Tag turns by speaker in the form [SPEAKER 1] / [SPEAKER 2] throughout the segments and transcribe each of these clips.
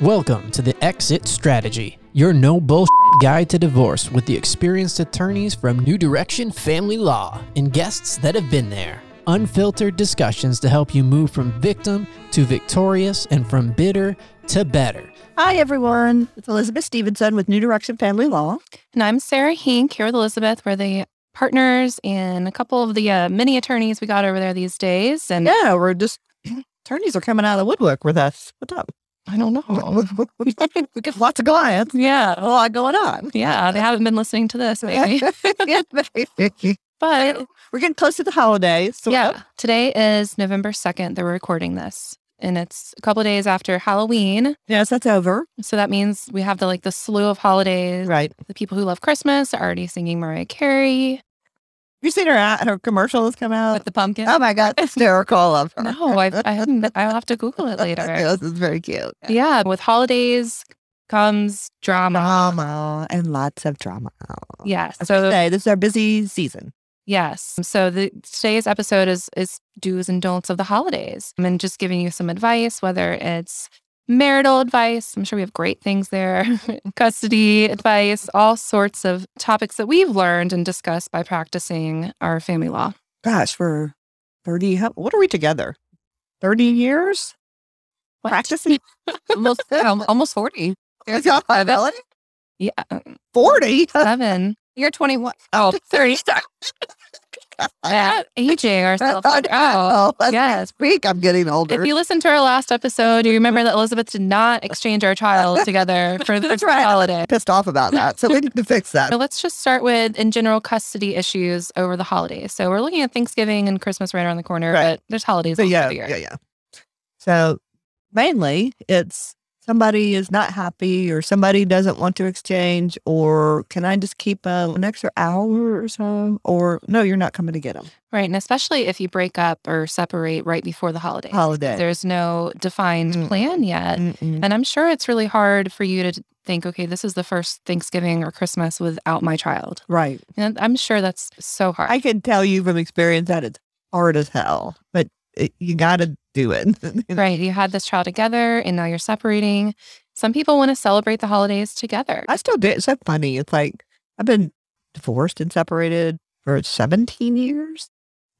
[SPEAKER 1] Welcome to the Exit Strategy, your no bullshit guide to divorce with the experienced attorneys from New Direction Family Law and guests that have been there. Unfiltered discussions to help you move from victim to victorious and from bitter to better.
[SPEAKER 2] Hi, everyone. It's Elizabeth Stevenson with New Direction Family Law.
[SPEAKER 3] And I'm Sarah Hink here with Elizabeth. We're the partners and a couple of the uh, mini attorneys we got over there these days. And
[SPEAKER 2] Yeah, we're just attorneys are coming out of the woodwork with us. What's up?
[SPEAKER 3] I don't know.
[SPEAKER 2] we get lots of clients.
[SPEAKER 3] yeah.
[SPEAKER 2] A lot going on.
[SPEAKER 3] Yeah. They haven't been listening to this, maybe. But
[SPEAKER 2] we're getting close to the holidays. So
[SPEAKER 3] yeah, today is November 2nd that we're recording this. And it's a couple of days after Halloween.
[SPEAKER 2] yes, that's over.
[SPEAKER 3] So that means we have the like the slew of holidays.
[SPEAKER 2] Right.
[SPEAKER 3] The people who love Christmas are already singing Mariah Carey
[SPEAKER 2] You seen her ad, her commercial has come out.
[SPEAKER 3] with the pumpkin.
[SPEAKER 2] Oh my God, hysterical of her.
[SPEAKER 3] no, I, I haven't. I'll have to Google it later.
[SPEAKER 2] this is very cute.
[SPEAKER 3] Yeah, with holidays comes drama.
[SPEAKER 2] Drama and lots of drama.
[SPEAKER 3] Yes.
[SPEAKER 2] I
[SPEAKER 3] So
[SPEAKER 2] say, this is our busy season.
[SPEAKER 3] yes. So the today's episode is is do's and don'ts of the holidays. I'm just giving you some advice, whether it's marital advice. I'm sure we have great things there, custody advice, all sorts of topics that we've learned and discussed by practicing our family law.
[SPEAKER 2] Gosh, we're 30. How, what are we together? 30 years?
[SPEAKER 3] What?
[SPEAKER 2] Practicing?
[SPEAKER 3] almost, um, almost forty.
[SPEAKER 2] Is y'all five, Ellen?
[SPEAKER 3] Yeah,
[SPEAKER 2] 40?
[SPEAKER 3] seven. You're 21. Uh, Oh, 30. Yeah, aging ourselves. out. Yes.
[SPEAKER 2] week I'm getting older.
[SPEAKER 3] If you listen to our last episode, you remember that Elizabeth did not exchange our child together for the
[SPEAKER 2] That's right.
[SPEAKER 3] holiday.
[SPEAKER 2] pissed off about that. So we need to fix that.
[SPEAKER 3] So let's just start with in general custody issues over the holidays. So we're looking at Thanksgiving and Christmas right around the corner,
[SPEAKER 2] Right.
[SPEAKER 3] but there's holidays
[SPEAKER 2] So
[SPEAKER 3] all
[SPEAKER 2] yeah,
[SPEAKER 3] through the year.
[SPEAKER 2] yeah, yeah. So mainly it's somebody is not happy or somebody doesn't want to exchange or can I just keep uh, an extra hour or so? Or no, you're not coming to get them.
[SPEAKER 3] Right. And especially if you break up or separate right before the holidays.
[SPEAKER 2] Holiday.
[SPEAKER 3] There's no defined
[SPEAKER 2] Mm. Mm-hmm.
[SPEAKER 3] plan yet.
[SPEAKER 2] Mm-mm.
[SPEAKER 3] And I'm sure it's really hard for you to think, okay, this is the first Thanksgiving or Christmas without my child.
[SPEAKER 2] Right.
[SPEAKER 3] And I'm sure that's so hard.
[SPEAKER 2] I can tell you from experience that it's hard as hell, but it, you got to do it.
[SPEAKER 3] Right. You had this child together and now you're separating. Some people want to celebrate the holidays together.
[SPEAKER 2] I still do. It's so funny. It's like I've been divorced and separated for 17 years.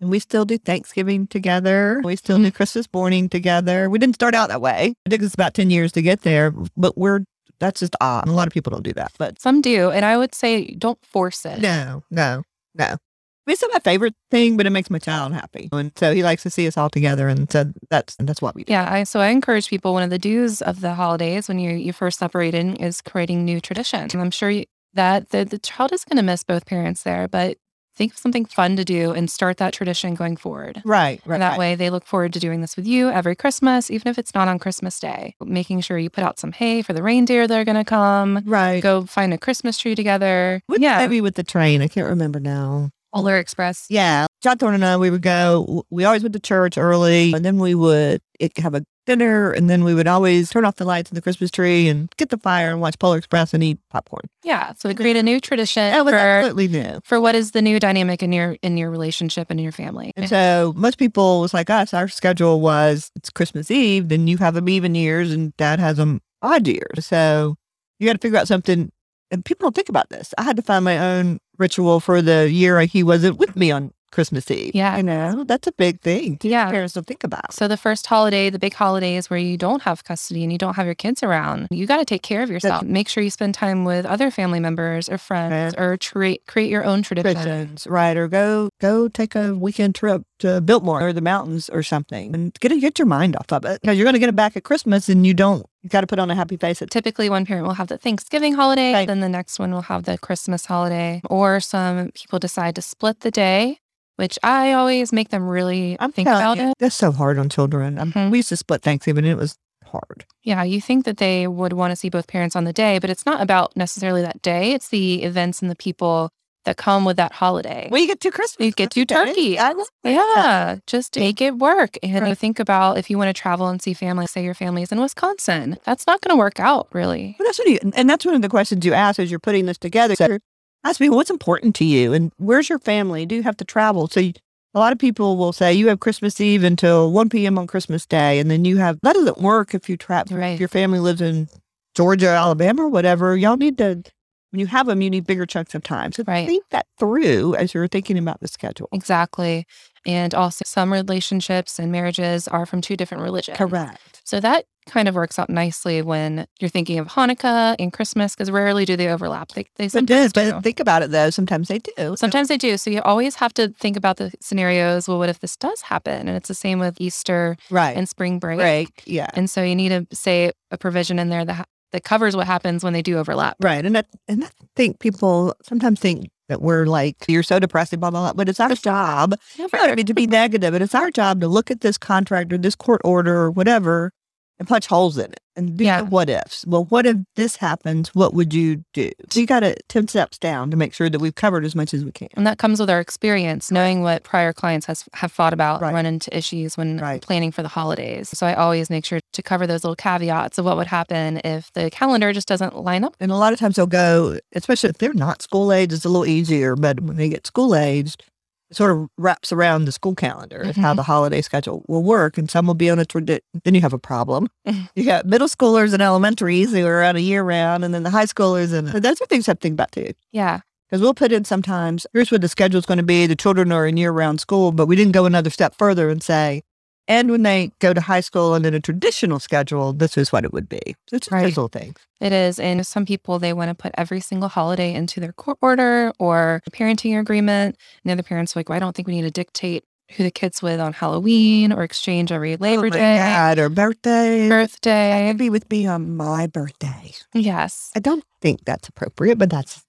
[SPEAKER 2] And we still do Thanksgiving together. We still do Christmas morning together. We didn't start out that way. It took us about 10 years to get there, but we're, that's just odd. A lot of people don't do that, but
[SPEAKER 3] Some do. And I would say don't force it.
[SPEAKER 2] no, no, no. I mean, it's not my favorite thing, but it makes my child happy. And so he likes to see us all together. And so that's, and that's what we do.
[SPEAKER 3] Yeah, I, so I encourage people. One of the do's of the holidays when you you first separated is creating new traditions. And I'm sure you, that the, the child is going to miss both parents there, but think of something fun to do and start that tradition going forward.
[SPEAKER 2] Right. Right.
[SPEAKER 3] And that
[SPEAKER 2] right.
[SPEAKER 3] way, they look forward to doing this with you every Christmas, even if it's not on Christmas Day. Making sure you put out some hay for the reindeer that are going to come.
[SPEAKER 2] Right.
[SPEAKER 3] go find a Christmas tree together.
[SPEAKER 2] What's
[SPEAKER 3] yeah,
[SPEAKER 2] yeah. Maybe with the train. I can't remember now.
[SPEAKER 3] Polar Express.
[SPEAKER 2] Yeah. John Thorne and I, we would go, we always went to church early and then we would it, have a dinner and then we would always turn off the lights in the Christmas tree and get the fire and watch Polar Express and eat popcorn.
[SPEAKER 3] Yeah, so we create a new tradition
[SPEAKER 2] Oh, That was
[SPEAKER 3] for,
[SPEAKER 2] absolutely new.
[SPEAKER 3] for what is the new dynamic in your in your relationship and in your family.
[SPEAKER 2] And so most people was like us, our schedule was it's Christmas Eve, then you have them even years and dad has them odd years. So you got to figure out something. And people don't think about this. I had to find my own ritual for the year he wasn't with me on Christmas Eve.
[SPEAKER 3] Yeah.
[SPEAKER 2] I know. That's a big thing.
[SPEAKER 3] Yeah.
[SPEAKER 2] Parents don't think about.
[SPEAKER 3] So the first holiday, the big holiday is where you don't have custody and you don't have your kids around. You got to take care of yourself. Make sure you spend time with other family members or friends or tra- create your own tradition.
[SPEAKER 2] Christians, right? Or go go take a weekend trip to Biltmore or the mountains or something, and get get your mind off of it because you're going to get it back at Christmas, and you don't. You got to put on a happy face. At
[SPEAKER 3] Typically, one parent will have the Thanksgiving holiday,
[SPEAKER 2] Right.
[SPEAKER 3] then the next one will have the Christmas holiday, or some people decide to split the day, which I always make them really
[SPEAKER 2] I'm
[SPEAKER 3] think
[SPEAKER 2] telling
[SPEAKER 3] about
[SPEAKER 2] you,
[SPEAKER 3] it.
[SPEAKER 2] That's so hard on children. I'm-
[SPEAKER 3] Mhm.
[SPEAKER 2] We used to split Thanksgiving, and it was hard.
[SPEAKER 3] Yeah, you think that they would want to see both parents on the day, but it's not about necessarily that day. It's the events and the people that come with that holiday.
[SPEAKER 2] Well, you get two Christmas.
[SPEAKER 3] You get two turkeys.
[SPEAKER 2] I love it.
[SPEAKER 3] yeah, just make it work. And
[SPEAKER 2] Right.
[SPEAKER 3] think about if you want to travel and see family, say your family's in Wisconsin. That's not going to work out, really.
[SPEAKER 2] Well, that's what you, and that's one of the questions you ask as you're putting this together. So ask me what's important to you, and where's your family? Do you have to travel? So you, A lot of people will say you have Christmas Eve until 1 p.m. on Christmas Day, and then you have that doesn't work if you trap
[SPEAKER 3] Right.
[SPEAKER 2] if your family lives in Georgia, Alabama, or whatever. Y'all need to when you have them, you need bigger chunks of time. So
[SPEAKER 3] Right.
[SPEAKER 2] think that through as you're thinking about the schedule.
[SPEAKER 3] Exactly. And also, some relationships and marriages are from two different religions.
[SPEAKER 2] Correct.
[SPEAKER 3] So that kind of works out nicely when you're thinking of Hanukkah and Christmas, because rarely do they overlap. They, they
[SPEAKER 2] But,
[SPEAKER 3] sometimes do.
[SPEAKER 2] but think about it though. Sometimes they do. So-
[SPEAKER 3] Sometimes they do. So you always have to think about the scenarios. Well, what if this does happen? And it's the same with Easter
[SPEAKER 2] right.
[SPEAKER 3] and spring break.
[SPEAKER 2] break. Yeah.
[SPEAKER 3] And so you need to say a provision in there that ha- that covers what happens when they do overlap.
[SPEAKER 2] Right. And that, and I think people sometimes think that we're like, you're so depressive, blah, blah, blah. But it's our job. You don't need to be negative, but it's our job to look at this contract or this court order or whatever and punch holes in it and do
[SPEAKER 3] Yeah.
[SPEAKER 2] the what ifs. Well, what if this happens? What would you do? So you got to 10 steps down to make sure that we've covered as much as we can.
[SPEAKER 3] And that comes with our experience, knowing what prior clients has have fought about, and
[SPEAKER 2] Right.
[SPEAKER 3] run into issues when
[SPEAKER 2] Right.
[SPEAKER 3] planning for the holidays. So I always make sure to cover those little caveats of what would happen if the calendar just doesn't line up.
[SPEAKER 2] And a lot of times they'll go, especially if they're not school aged, it's a little easier. But when they get school aged, it sort of wraps around the school calendar is how
[SPEAKER 3] Mhm.
[SPEAKER 2] the holiday schedule will work. And some will be on a tradi- Then you have a problem. you got middle schoolers and elementaries who are on a year round, and then the high schoolers. And those are things I have to think about too.
[SPEAKER 3] Yeah.
[SPEAKER 2] Because we'll put in sometimes, here's what the schedule's going to be. The children are in year round school, but we didn't go another step further and say, and when they go to high school and in a traditional schedule, this is what it would be. So it's just
[SPEAKER 3] Right.
[SPEAKER 2] those little things.
[SPEAKER 3] It is. And some people, they want to put every single holiday into their court order or parenting agreement. And the other parents are like, well, I don't think we need to dictate who the kid's with on Halloween or exchange every Labor
[SPEAKER 2] Oh, my
[SPEAKER 3] Day,
[SPEAKER 2] God, or birthday.
[SPEAKER 3] birthday.
[SPEAKER 2] It'd be with me on my birthday.
[SPEAKER 3] Yes.
[SPEAKER 2] I don't think that's appropriate, but that's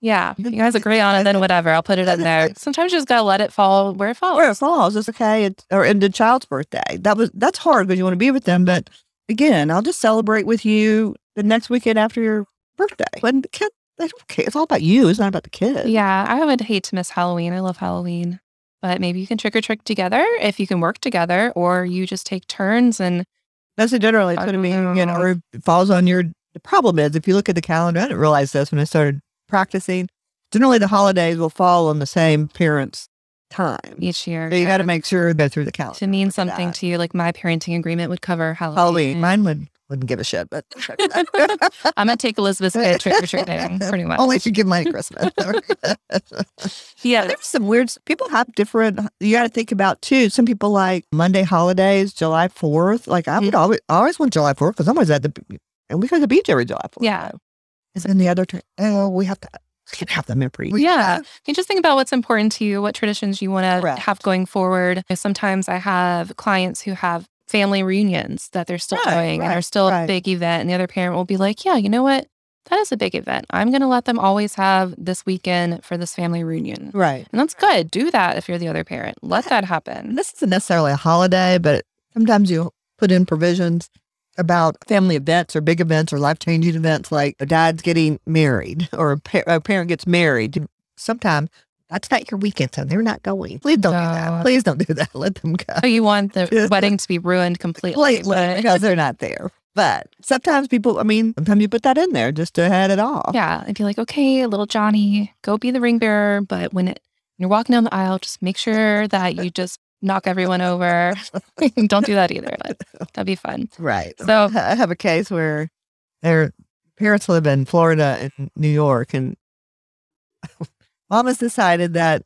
[SPEAKER 3] Yeah. You guys agree on it, then whatever. I'll put it in there. Sometimes you just got to let it fall where it falls.
[SPEAKER 2] Oh, or it falls. It's okay. It's, or in the child's birthday. That was that's hard because you want to be with them. But again, I'll just celebrate with you the next weekend after your birthday. When the kid, they don't care. It's all about you. It's not about the kid.
[SPEAKER 3] Yeah, I would hate to miss Halloween. I love Halloween. But maybe you can trick or trick together if you can work together, or you just take turns and
[SPEAKER 2] That's it generally. It's
[SPEAKER 3] I
[SPEAKER 2] going to be
[SPEAKER 3] don't
[SPEAKER 2] you
[SPEAKER 3] know.
[SPEAKER 2] know, or it falls on your. The problem is if you look at the calendar. I didn't realize this when I started practicing. Generally, the holidays will fall on the same parents' time.
[SPEAKER 3] each year.
[SPEAKER 2] So you got to make sure they're through the calendar.
[SPEAKER 3] to mean something
[SPEAKER 2] that.
[SPEAKER 3] to you, like my parenting agreement would cover Halloween.
[SPEAKER 2] Halloween. Mine would, wouldn't give a shit, but
[SPEAKER 3] I'm gonna take Elizabeth's kid trick or treating, pretty much.
[SPEAKER 2] only if you give mine at Christmas.
[SPEAKER 3] yeah,
[SPEAKER 2] There's some weird, people have different, you got to think about too. Some people like Monday holidays, July 4th. Like I
[SPEAKER 3] Mm-hmm.
[SPEAKER 2] would always, I always want July 4th because I'm always at the, b- and we go to the beach every July 4th.
[SPEAKER 3] Yeah.
[SPEAKER 2] so. And then the other, turn, oh, we have to, we can have the memory. We-
[SPEAKER 3] yeah. You just think about what's important to you, what traditions you want to
[SPEAKER 2] Correct.
[SPEAKER 3] have going forward. Sometimes I have clients who have family reunions that they're still
[SPEAKER 2] Right,
[SPEAKER 3] doing and
[SPEAKER 2] right,
[SPEAKER 3] are still a
[SPEAKER 2] right.
[SPEAKER 3] big event, and the other parent will be like, "Yeah, you know what? That is a big event. I'm going to let them always have this weekend for this family reunion."
[SPEAKER 2] Right.
[SPEAKER 3] And that's good. Do that if you're the other parent. Let that happen.
[SPEAKER 2] And this isn't necessarily a holiday, but sometimes you put in provisions about family events or big events or life changing events like a dad's getting married or a, par- a parent gets married. Sometimes that's not your weekend, so they're not going. Please don't do
[SPEAKER 3] No.
[SPEAKER 2] that. Please don't do that. Let them go.
[SPEAKER 3] So you want the
[SPEAKER 2] Yeah.
[SPEAKER 3] wedding to be ruined completely.
[SPEAKER 2] Lately,
[SPEAKER 3] but-
[SPEAKER 2] because they're not there. But sometimes people, I mean, sometimes you put that in there just to head it off.
[SPEAKER 3] Yeah. I'd be like, okay, little Johnny, go be the ring bearer. But when it, when you're walking down the aisle, just make sure that you just knock everyone over. Don't do that either. But that'd be fun.
[SPEAKER 2] Right.
[SPEAKER 3] So-
[SPEAKER 2] I have a case where their parents live in Florida and New York, and mama's decided that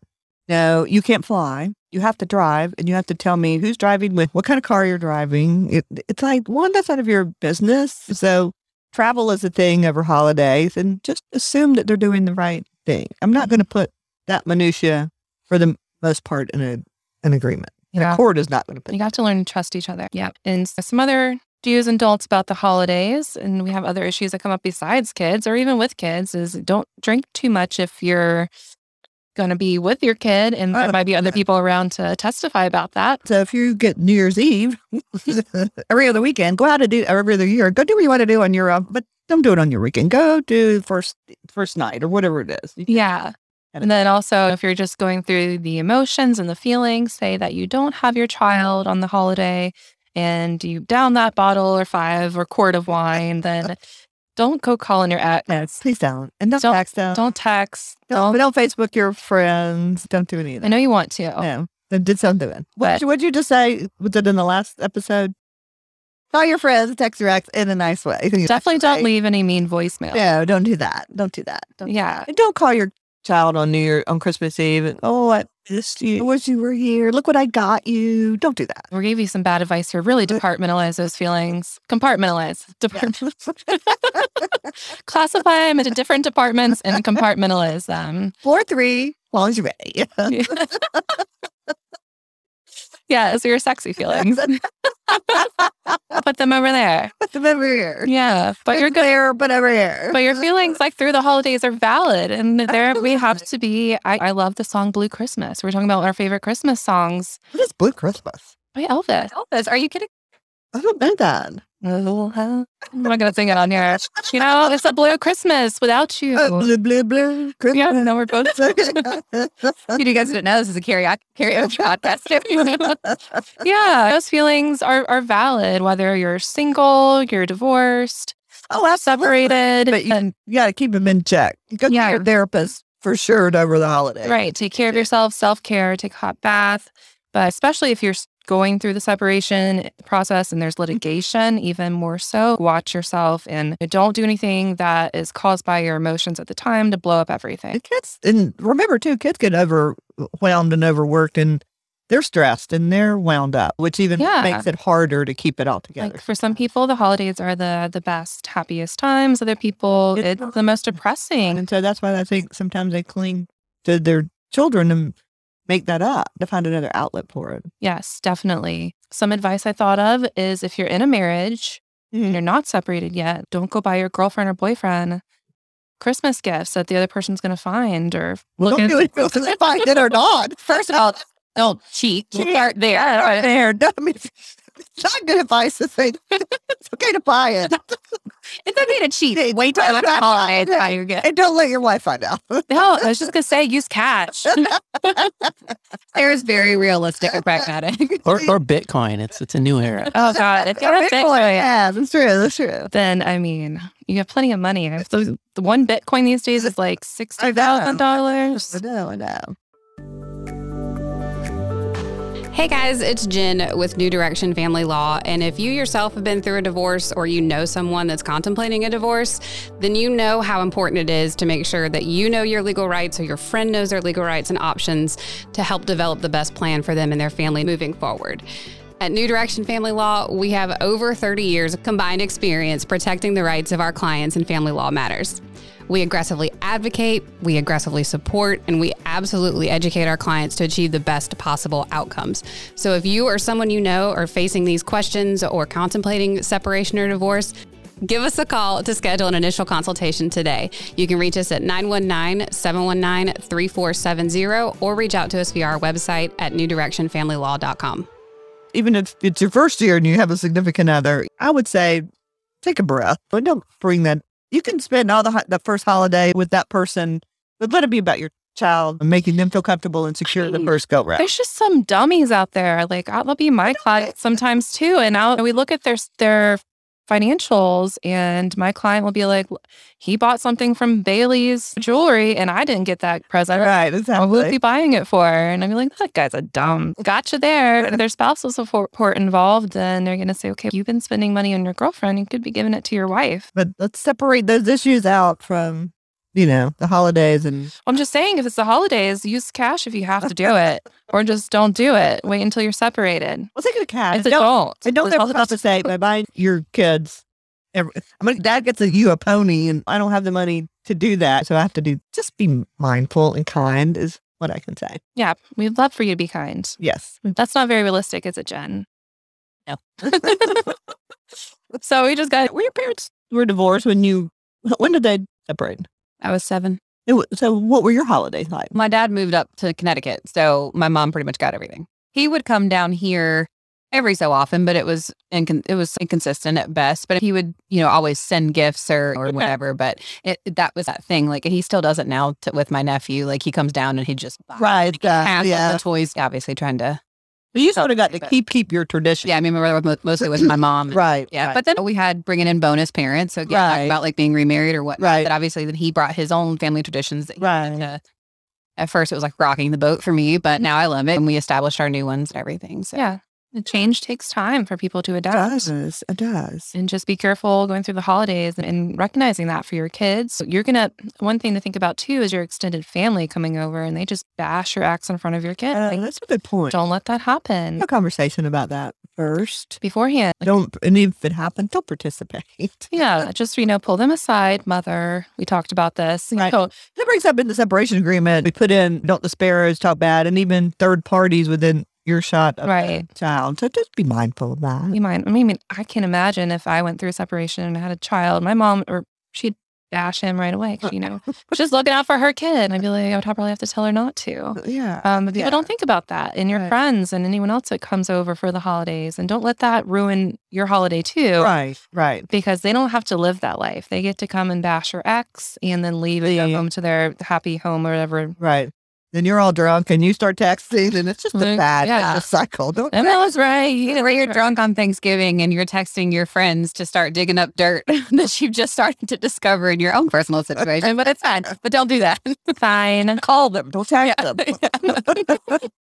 [SPEAKER 2] no, you can't fly. You have to drive, and you have to tell me who's driving with what kind of car you're driving. It, it's like one that's out of your business. So travel is a thing over holidays, and just assume that they're doing the right thing. I'm not going to put that minutia for the most part in a an agreement.
[SPEAKER 3] Yeah.
[SPEAKER 2] Court is not going to put
[SPEAKER 3] You have to learn to trust each other. Yeah. And so some other do's and don'ts about the holidays. And we have other issues that come up besides kids or even with kids is don't drink too much if you're going to be with your kid. And there
[SPEAKER 2] Oh,
[SPEAKER 3] might be other
[SPEAKER 2] yeah.
[SPEAKER 3] people around to testify about that.
[SPEAKER 2] So if you get New Year's Eve every other weekend, go out and do or every other year. Go do what you want to do on your own, but don't do it on your weekend. Go do first first night or whatever it is.
[SPEAKER 3] Yeah.
[SPEAKER 2] And-
[SPEAKER 3] And then also, if you're just going through the emotions and the feelings, say that you don't have your child on the holiday and you down that bottle or five or quart of wine, then don't go calling your ex.
[SPEAKER 2] Yes, please don't. And don't,
[SPEAKER 3] Don't-
[SPEAKER 2] text them.
[SPEAKER 3] Don't text.
[SPEAKER 2] Don't,
[SPEAKER 3] Don't.
[SPEAKER 2] but don't Facebook your friends. Don't do any of
[SPEAKER 3] I
[SPEAKER 2] that.
[SPEAKER 3] know you want to.
[SPEAKER 2] No. They did something. What
[SPEAKER 3] But-
[SPEAKER 2] did you just say? Was it in the last episode? Call your friends, text your ex in a nice way.
[SPEAKER 3] Definitely don't
[SPEAKER 2] Right.
[SPEAKER 3] leave any mean voicemail.
[SPEAKER 2] No, don't do that. Don't do that. Don't do
[SPEAKER 3] Yeah.
[SPEAKER 2] And don't call your child on New Year on Christmas Eve. And, oh, I missed you. I wish you were here. Look what I got you. Don't do that.
[SPEAKER 3] We gave you some bad advice here. Really departmentalize those feelings. Compartmentalize. Depart- Classify them into different departments and compartmentalize them.
[SPEAKER 2] Four three. As long as you're ready.
[SPEAKER 3] Yeah, those are your sexy feelings. Put them over there.
[SPEAKER 2] Put them over here.
[SPEAKER 3] Yeah, but you're good.
[SPEAKER 2] there, but over here.
[SPEAKER 3] But your feelings like through the holidays are valid, and there we have to be. I, I love the song "Blue Christmas." We're talking about our favorite Christmas songs
[SPEAKER 2] What is Blue Christmas?
[SPEAKER 3] by Elvis. Elvis, are you kidding?
[SPEAKER 2] I don't know that.
[SPEAKER 3] Oh, huh. I'm not gonna sing it on here. You know, it's a blue Christmas without you.
[SPEAKER 2] Oh, blue, blue, blue. Christmas.
[SPEAKER 3] yeah, no, we're both. you guys didn't know this is a karaoke, karaoke podcast. yeah, those feelings are are valid, whether you're single, you're divorced,
[SPEAKER 2] oh, absolutely.
[SPEAKER 3] separated,
[SPEAKER 2] But you-
[SPEAKER 3] and-
[SPEAKER 2] You got to keep them in check. Go
[SPEAKER 3] Yeah.
[SPEAKER 2] to your therapist for sure over the holiday.
[SPEAKER 3] Right. Take care of yourself, self care, take a hot bath. But especially if you're s- going through the separation eh, process and
[SPEAKER 2] Mm-hmm.
[SPEAKER 3] there's litigation, even more so, watch yourself and don't do anything that is caused by your emotions at the time to blow up everything.
[SPEAKER 2] And kids, and remember too, kids get overwhelmed and overworked and they're stressed and they're wound up, which even
[SPEAKER 3] Yeah.
[SPEAKER 2] makes it harder to keep it all together.
[SPEAKER 3] Like for some people, the holidays are the the best, happiest times. Other people,
[SPEAKER 2] It's-
[SPEAKER 3] it's the most depressing.
[SPEAKER 2] and so that's why I think sometimes they cling to their children and make that up to find another outlet for it.
[SPEAKER 3] Yes, definitely. Some advice I thought of is if you're in a marriage
[SPEAKER 2] Mm-hmm.
[SPEAKER 3] and you're not separated yet, don't go buy your girlfriend or boyfriend Christmas gifts that the other person's going to find or look
[SPEAKER 2] Don't
[SPEAKER 3] at.
[SPEAKER 2] do it if they find it or not.
[SPEAKER 3] First of all, don't cheat.
[SPEAKER 2] Cheat.
[SPEAKER 3] Start there.
[SPEAKER 2] Right there. No, I mean, it's not good advice to say it's okay to buy it.
[SPEAKER 3] It's okay to cheat. Wait till after the holidays. How you're good.
[SPEAKER 2] And don't let your wife find out.
[SPEAKER 3] No, I was just going to say use cash. Sarah's very realistic and pragmatic.
[SPEAKER 1] Or, or Bitcoin. It's it's a new era.
[SPEAKER 3] Oh, God. It's got a Bitcoin.
[SPEAKER 2] Yeah, that's true. That's true.
[SPEAKER 3] Then, I mean, you have plenty of money. If The, the one Bitcoin these days is like
[SPEAKER 2] I know.
[SPEAKER 3] $60,000.
[SPEAKER 2] I know, I know.
[SPEAKER 4] Hey guys, it's Jen with New Direction Family Law. And if you yourself have been through a divorce or you know someone that's contemplating a divorce, then you know how important it is to make sure that you know your legal rights or your friend knows their legal rights and options to help develop the best plan for them and their family moving forward. At New Direction Family Law, we have over 30 years of combined experience protecting the rights of our clients in family law matters. We aggressively advocate, we aggressively support, and we absolutely educate our clients to achieve the best possible outcomes. So if you or someone you know are facing these questions or contemplating separation or divorce, give us a call to schedule an initial consultation today. You can reach us at 919-719-3470 or reach out to us via our website at newdirectionfamilylaw.com.
[SPEAKER 2] even if it's your first year and you have a significant other, I would say take a breath, but don't bring that. You can spend all the ho- the first holiday with that person, but let it be about your child and making them feel comfortable and secure the first go round.
[SPEAKER 3] There's just some dummies out there. Like I'll be in my client sometimes too, and I'll, we look at their their financials, and my client will be like, "He bought something from Bailey's jewelry, and I didn't get that present.
[SPEAKER 2] Right,
[SPEAKER 3] What would
[SPEAKER 2] exactly.
[SPEAKER 3] be buying it for?" And I'm like, "That guy's a dumb. Gotcha there." And their spouse was support involved, then they're gonna say, "Okay, you've been spending money on your girlfriend. You could be giving it to your wife."
[SPEAKER 2] But let's separate those issues out from, you know, the holidays and
[SPEAKER 3] I'm just saying, if it's the holidays, use cash if you have to do it, or just don't do it. Wait until you're separated.
[SPEAKER 2] well, think of the cat.
[SPEAKER 3] It's a
[SPEAKER 2] Don't,
[SPEAKER 3] don't.
[SPEAKER 2] and don't
[SPEAKER 3] It's all
[SPEAKER 2] ever
[SPEAKER 3] about-
[SPEAKER 2] compensate by buying your kids. every- I mean, dad gets a, you a pony, and I don't have the money to do that, so I have to do. Just be mindful and kind is what I can say.
[SPEAKER 3] Yeah, we'd love for you to be kind.
[SPEAKER 2] Yes.
[SPEAKER 5] Mm.
[SPEAKER 3] That's not very realistic, is it, Jen?
[SPEAKER 2] No.
[SPEAKER 3] so we just got.
[SPEAKER 2] were your parents were divorced when you when did they separate? Uh,
[SPEAKER 5] I was seven.
[SPEAKER 2] It wa- so what were your holidays like?
[SPEAKER 5] My dad moved up to Connecticut, so my mom pretty much got everything. He would come down here every so often, but it was incon- it was inconsistent at best. But he would, you know, always send gifts or or whatever. But it, that was that thing. Like he still does it now to, with my nephew. Like he comes down and he just buys
[SPEAKER 2] Right, uh,
[SPEAKER 5] half of
[SPEAKER 2] yeah.
[SPEAKER 5] the toys. Obviously trying to
[SPEAKER 2] But you sort of got to
[SPEAKER 5] But-
[SPEAKER 2] keep keep your tradition.
[SPEAKER 5] yeah. I mean, my brother was mo- mostly with my mom.
[SPEAKER 2] Right.
[SPEAKER 5] Yeah,
[SPEAKER 2] right.
[SPEAKER 5] but then we had bringing in bonus parents, so yeah,
[SPEAKER 2] Right.
[SPEAKER 5] talk about like being remarried or what.
[SPEAKER 2] Right.
[SPEAKER 5] But obviously, then he brought his own family traditions that he
[SPEAKER 2] right.
[SPEAKER 5] to At first, it was like rocking the boat for me, but now I love it. And we established our new ones and everything. So,
[SPEAKER 3] Yeah. The change takes time for people to
[SPEAKER 2] It
[SPEAKER 3] adapt.
[SPEAKER 2] does. It does.
[SPEAKER 3] And just be careful going through the holidays and, and recognizing that for your kids. You're going to, one thing to think about too is your extended family coming over and they just bash your axe in front of your kid.
[SPEAKER 2] Uh,
[SPEAKER 3] like,
[SPEAKER 2] that's a good point.
[SPEAKER 3] don't let that happen
[SPEAKER 2] Have a conversation about that first.
[SPEAKER 3] beforehand.
[SPEAKER 2] Don't, and if it happened, don't participate.
[SPEAKER 3] Yeah, just you know, pull them aside, mother. We talked about this. You
[SPEAKER 2] Right.
[SPEAKER 3] know,
[SPEAKER 2] That brings up in the separation agreement, we put in don't the sparrows talk bad and even third parties within earshot of
[SPEAKER 3] Right.
[SPEAKER 2] the child. So just be mindful of that.
[SPEAKER 3] you mind? I mean, I can't imagine if I went through separation and had a child. My mom, or she'd bash him right away. 'cause, you know, she's looking out for her kid, and I'd be like, I would probably have to tell her not to.
[SPEAKER 2] Yeah.
[SPEAKER 3] Um, but people
[SPEAKER 2] Yeah.
[SPEAKER 3] don't think about that, and your
[SPEAKER 2] Right.
[SPEAKER 3] friends and anyone else that comes over for the holidays, and don't let that ruin your holiday too.
[SPEAKER 2] Right. Right.
[SPEAKER 3] Because they don't have to live that life. They get to come and bash your ex and then leave and
[SPEAKER 2] Yeah,
[SPEAKER 3] go
[SPEAKER 2] yeah.
[SPEAKER 3] home to their happy home or whatever.
[SPEAKER 2] Right. Then you're all drunk and you start texting and it's just a
[SPEAKER 3] Like,
[SPEAKER 2] bad
[SPEAKER 3] yeah.
[SPEAKER 2] uh, cycle. Don't
[SPEAKER 5] Emma was right. You know, where you're drunk on Thanksgiving and you're texting your friends to start digging up dirt that you've just started to discover in your own personal situation. But it's fine. But don't do that.
[SPEAKER 3] Fine.
[SPEAKER 2] call them. Don't text them.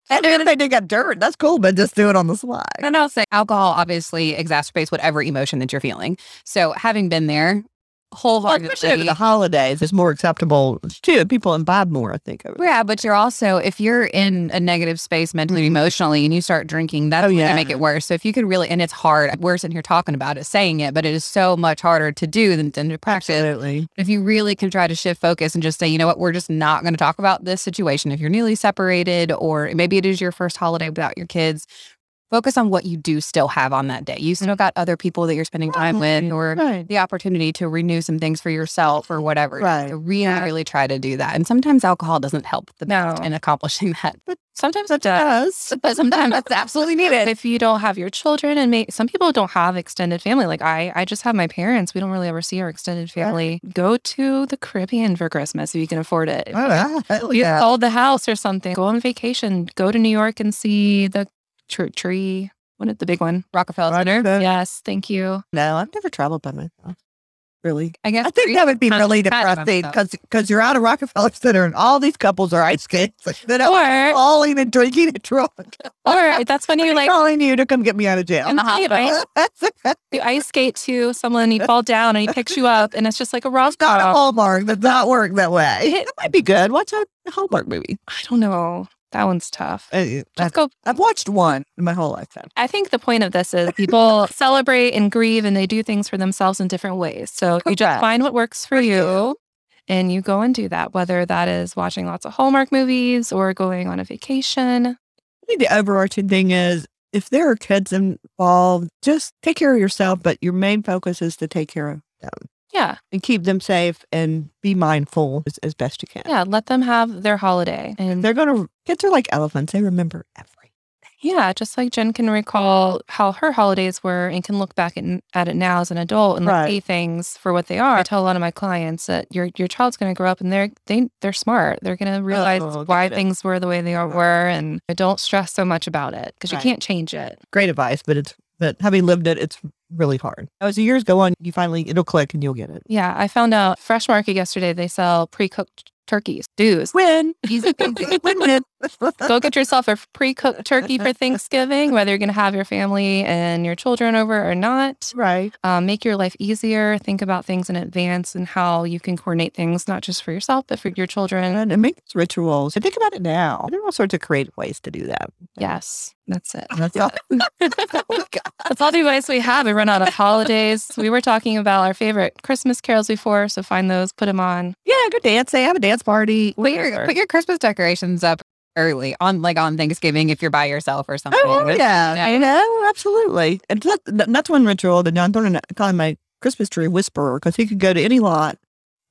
[SPEAKER 2] and if they did got dirt, that's cool, but just do it on the sly.
[SPEAKER 5] And I'll say alcohol obviously exacerbates whatever emotion that you're feeling. So having been there
[SPEAKER 2] Well, especially over
[SPEAKER 5] wholeheartedly.
[SPEAKER 2] the holidays, it's more acceptable too. People imbibe more, I think. Over
[SPEAKER 5] yeah, but you're also if you're in a negative space mentally, and emotionally, and you start drinking, that's
[SPEAKER 2] Mm-hmm. Oh,
[SPEAKER 5] going
[SPEAKER 2] yeah.
[SPEAKER 5] to make it worse. So if you could really, and it's hard. We're sitting here talking about it, saying it, but it is so much harder to do than, than to practice.
[SPEAKER 2] Absolutely.
[SPEAKER 5] If you really can try to shift focus and just say, you know what, we're just not going to talk about this situation. If you're newly separated, or maybe it is your first holiday without your kids, focus on what you do still have on that day. You still got other people that you're spending time with, or
[SPEAKER 2] Right.
[SPEAKER 5] the opportunity to renew some things for yourself or whatever.
[SPEAKER 2] Right.
[SPEAKER 5] So really, really try to do that. And sometimes alcohol doesn't help the
[SPEAKER 3] No.
[SPEAKER 5] best in accomplishing that.
[SPEAKER 3] Sometimes it does.
[SPEAKER 2] Yes.
[SPEAKER 5] But sometimes that's absolutely needed.
[SPEAKER 3] if you don't have your children and may, some people don't have extended family like i i just have my parents we don't really ever see our extended family go to the caribbean for christmas if you can afford it
[SPEAKER 2] All right.
[SPEAKER 3] you sold the house or something go on vacation go to new york and see the tr- tree what is the big one
[SPEAKER 5] Rockefeller
[SPEAKER 2] Right,
[SPEAKER 5] Center.
[SPEAKER 2] so-
[SPEAKER 3] yes thank you
[SPEAKER 2] No, I've never traveled by myself. Really?
[SPEAKER 5] I guess
[SPEAKER 2] I think that would be
[SPEAKER 5] Kind-
[SPEAKER 2] really
[SPEAKER 5] kind of
[SPEAKER 2] depressing
[SPEAKER 5] myself.
[SPEAKER 2] because you're out of Rockefeller Center and all these couples are ice skates. Like, they're all
[SPEAKER 3] or
[SPEAKER 2] falling and drinking and drunk.
[SPEAKER 3] or that's when you like
[SPEAKER 2] calling you to come get me out of jail.
[SPEAKER 5] in the hospital.
[SPEAKER 3] you ice skate to someone and you fall down and he picks you up and it's just like a rom
[SPEAKER 2] Not a
[SPEAKER 3] com
[SPEAKER 2] Hallmark. That's not work that way. That might be good. Watch a Hallmark movie.
[SPEAKER 3] i don't know that one's tough
[SPEAKER 2] Uh,
[SPEAKER 3] just
[SPEAKER 2] I've,
[SPEAKER 3] go
[SPEAKER 2] I've watched one in my whole lifetime.
[SPEAKER 3] I think the point of this is people celebrate and grieve and they do things for themselves in different ways. So you just
[SPEAKER 2] Correct.
[SPEAKER 3] find what works for you and you go and do that, whether that is watching lots of Hallmark movies or going on a vacation.
[SPEAKER 2] I think the overarching thing is if there are kids involved, just take care of yourself, but your main focus is to take care of them
[SPEAKER 3] Yeah.
[SPEAKER 2] and keep them safe and be mindful as, as best you can.
[SPEAKER 3] Yeah. Let them have their holiday. And
[SPEAKER 2] They're going to, kids are like elephants. They remember everything.
[SPEAKER 3] yeah, just like Jen can recall how her holidays were and can look back at, at it now as an adult and like
[SPEAKER 2] Right.
[SPEAKER 3] see things for what they are. I tell a lot of my clients that your your child's going to grow up and they're they they're smart. They're going to realize
[SPEAKER 2] Oh,
[SPEAKER 3] why
[SPEAKER 2] gotcha.
[SPEAKER 3] things were the way they are, were, and don't stress so much about it because
[SPEAKER 2] Right.
[SPEAKER 3] you can't change it.
[SPEAKER 2] Great advice, but it's, but having lived it, it's really hard. As the years go on, you finally, it'll click and you'll get it.
[SPEAKER 3] Yeah, I found out Fresh Market yesterday they sell pre-cooked turkeys. Dudes,
[SPEAKER 2] Win. Easy peasy. win win.
[SPEAKER 3] go get yourself a pre-cooked turkey for Thanksgiving, whether you're going to have your family and your children over or not.
[SPEAKER 2] Right.
[SPEAKER 3] Um, make your life easier. Think about things in advance and how you can coordinate things, not just for yourself but for your children.
[SPEAKER 2] And, and make those rituals. And think about it now. There are all sorts of creative ways to do that.
[SPEAKER 3] Yes, that's it.
[SPEAKER 2] That's all. Oh,
[SPEAKER 3] That's all the advice we have. We run out of holidays. We were talking about our favorite Christmas carols before, so find those, put them on.
[SPEAKER 2] yeah, go dance. They have a dance party.
[SPEAKER 5] Put your,
[SPEAKER 3] Whatever.
[SPEAKER 5] put your Christmas decorations up early on, like on Thanksgiving if you're by yourself or something.
[SPEAKER 2] Oh yeah, I know absolutely. And that, that- that's one ritual that I'm going to call my Christmas tree whisperer because he could go to any lot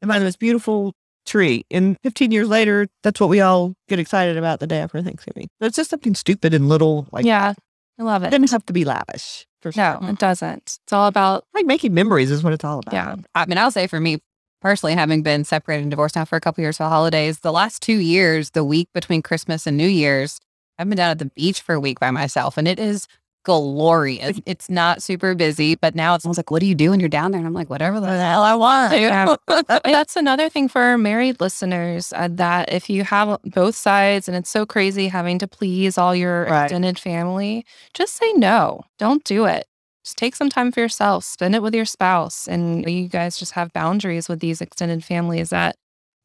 [SPEAKER 2] and find the most beautiful tree. And 15 years later, that's what we all get excited about the day after Thanksgiving. So it's just something stupid and little. Like
[SPEAKER 3] yeah, I love
[SPEAKER 2] it
[SPEAKER 3] it.
[SPEAKER 2] doesn't have to be lavish. For sure.
[SPEAKER 3] No, it doesn't. It's all about
[SPEAKER 2] like making memories is what it's all about.
[SPEAKER 3] yeah.
[SPEAKER 5] I mean, I'll say for me personally, having been separated and divorced now for a couple years for the holidays, the last two years, the week between Christmas and New Year's, I've been down at the beach for a week by myself, and it is glorious. It's not super busy, but now it's almost like, what do you do when you're down there? And I'm like, whatever the hell I want.
[SPEAKER 3] Yeah. That's another thing for our married listeners uh, that if you have both sides and it's so crazy having to please all your
[SPEAKER 2] Right.
[SPEAKER 3] extended family, just say no. Don't do it. Just take some time for yourself, spend it with your spouse, and you guys just have boundaries with these extended families that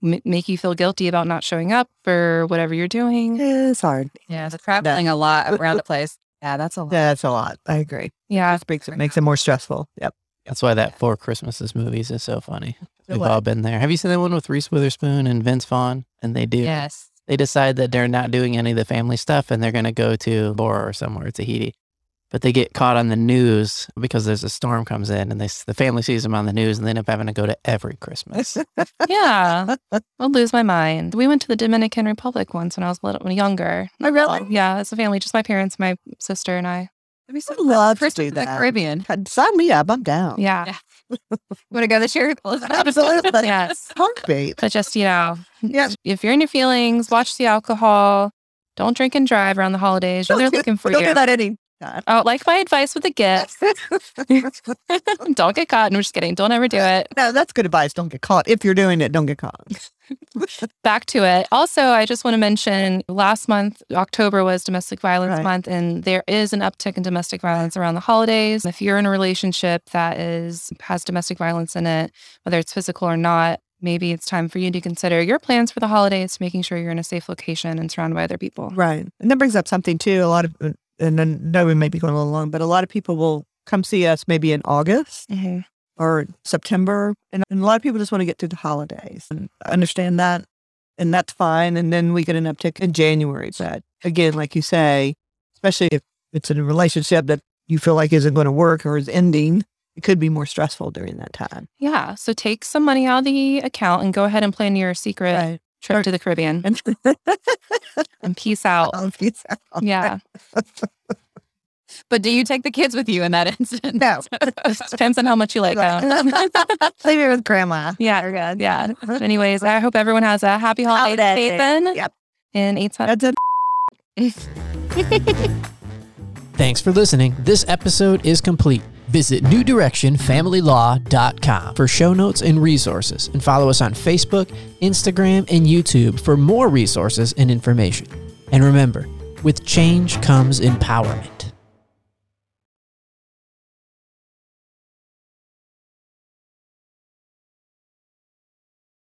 [SPEAKER 3] m- make you feel guilty about not showing up for whatever you're doing.
[SPEAKER 2] Eh, It's hard.
[SPEAKER 5] yeah, so traveling a lot around the place. Yeah, that's a lot.
[SPEAKER 2] That's a lot. I agree.
[SPEAKER 3] Yeah.
[SPEAKER 2] That makes it makes it more stressful. Yep.
[SPEAKER 1] That's why that Four Christmases movies is so funny. We've
[SPEAKER 2] What?
[SPEAKER 1] all been there. Have you seen that one with Reese Witherspoon and Vince Vaughn? And they do.
[SPEAKER 5] Yes.
[SPEAKER 1] They decide that they're not doing any of the family stuff and they're going to go to Bora or somewhere, Tahiti. But they get caught on the news because there's a storm comes in and they, s- the family sees them on the news and they end up having to go to every Christmas.
[SPEAKER 3] Yeah. I'll lose my mind. We went to the Dominican Republic once when I was a little younger.
[SPEAKER 2] I really
[SPEAKER 3] Yeah, as a family, just my parents, my sister, and I.
[SPEAKER 5] That'd be so
[SPEAKER 2] would love to
[SPEAKER 5] First
[SPEAKER 2] do
[SPEAKER 5] to the
[SPEAKER 2] that.
[SPEAKER 5] Caribbean.
[SPEAKER 2] God, Sign me up. I'm down.
[SPEAKER 3] Yeah.
[SPEAKER 5] Want to go this year?
[SPEAKER 2] Absolutely.
[SPEAKER 3] Yes.
[SPEAKER 2] Heartbeat.
[SPEAKER 3] But just, you know,
[SPEAKER 2] Yeah.
[SPEAKER 3] if you're in your feelings, watch the alcohol. Don't drink and drive around the holidays. You're there looking for
[SPEAKER 2] Don't
[SPEAKER 3] you.
[SPEAKER 2] do that any time.
[SPEAKER 3] Oh, like my advice with the gifts. don't get caught. And we're just kidding. Don't ever do it.
[SPEAKER 2] No, that's good advice. Don't get caught. If you're doing it, don't get caught.
[SPEAKER 3] Back to it. Also, I just want to mention last month, October was domestic violence
[SPEAKER 2] Right.
[SPEAKER 3] month, and there is an uptick in domestic violence around the holidays. If you're in a relationship that is has domestic violence in it, whether it's physical or not, maybe it's time for you to consider your plans for the holidays, making sure you're in a safe location and surrounded by other people.
[SPEAKER 2] Right. And that brings up something too. A lot of, uh, and I know we may be going a little long, but a lot of people will come see us maybe in August
[SPEAKER 3] Mm-hmm.
[SPEAKER 2] or September. And, and a lot of people just want to get through the holidays and I understand that. And that's fine. And then we get an uptick in January. But again, like you say, especially if it's in a relationship that you feel like isn't going to work or is ending, it could be more stressful during that time.
[SPEAKER 3] Yeah. So take some money out of the account and go ahead and plan your secret
[SPEAKER 2] Right.
[SPEAKER 3] trip to the Caribbean
[SPEAKER 2] And
[SPEAKER 3] and peace out.
[SPEAKER 2] I'll be sad.
[SPEAKER 3] Yeah.
[SPEAKER 5] But do you take the kids with you in that instance?
[SPEAKER 2] No.
[SPEAKER 3] Depends on how much you like them.
[SPEAKER 2] Leave it with grandma.
[SPEAKER 3] yeah. Yeah. But anyways, I hope everyone has a happy holiday
[SPEAKER 2] Holiday.
[SPEAKER 3] season.
[SPEAKER 2] Yep.
[SPEAKER 3] And eat some.
[SPEAKER 2] That's it.
[SPEAKER 1] Thanks for listening. This episode is complete. Visit newdirectionfamilylaw.com for show notes and resources, and follow us on Facebook, Instagram, and YouTube for more resources and information. And remember, with change comes empowerment.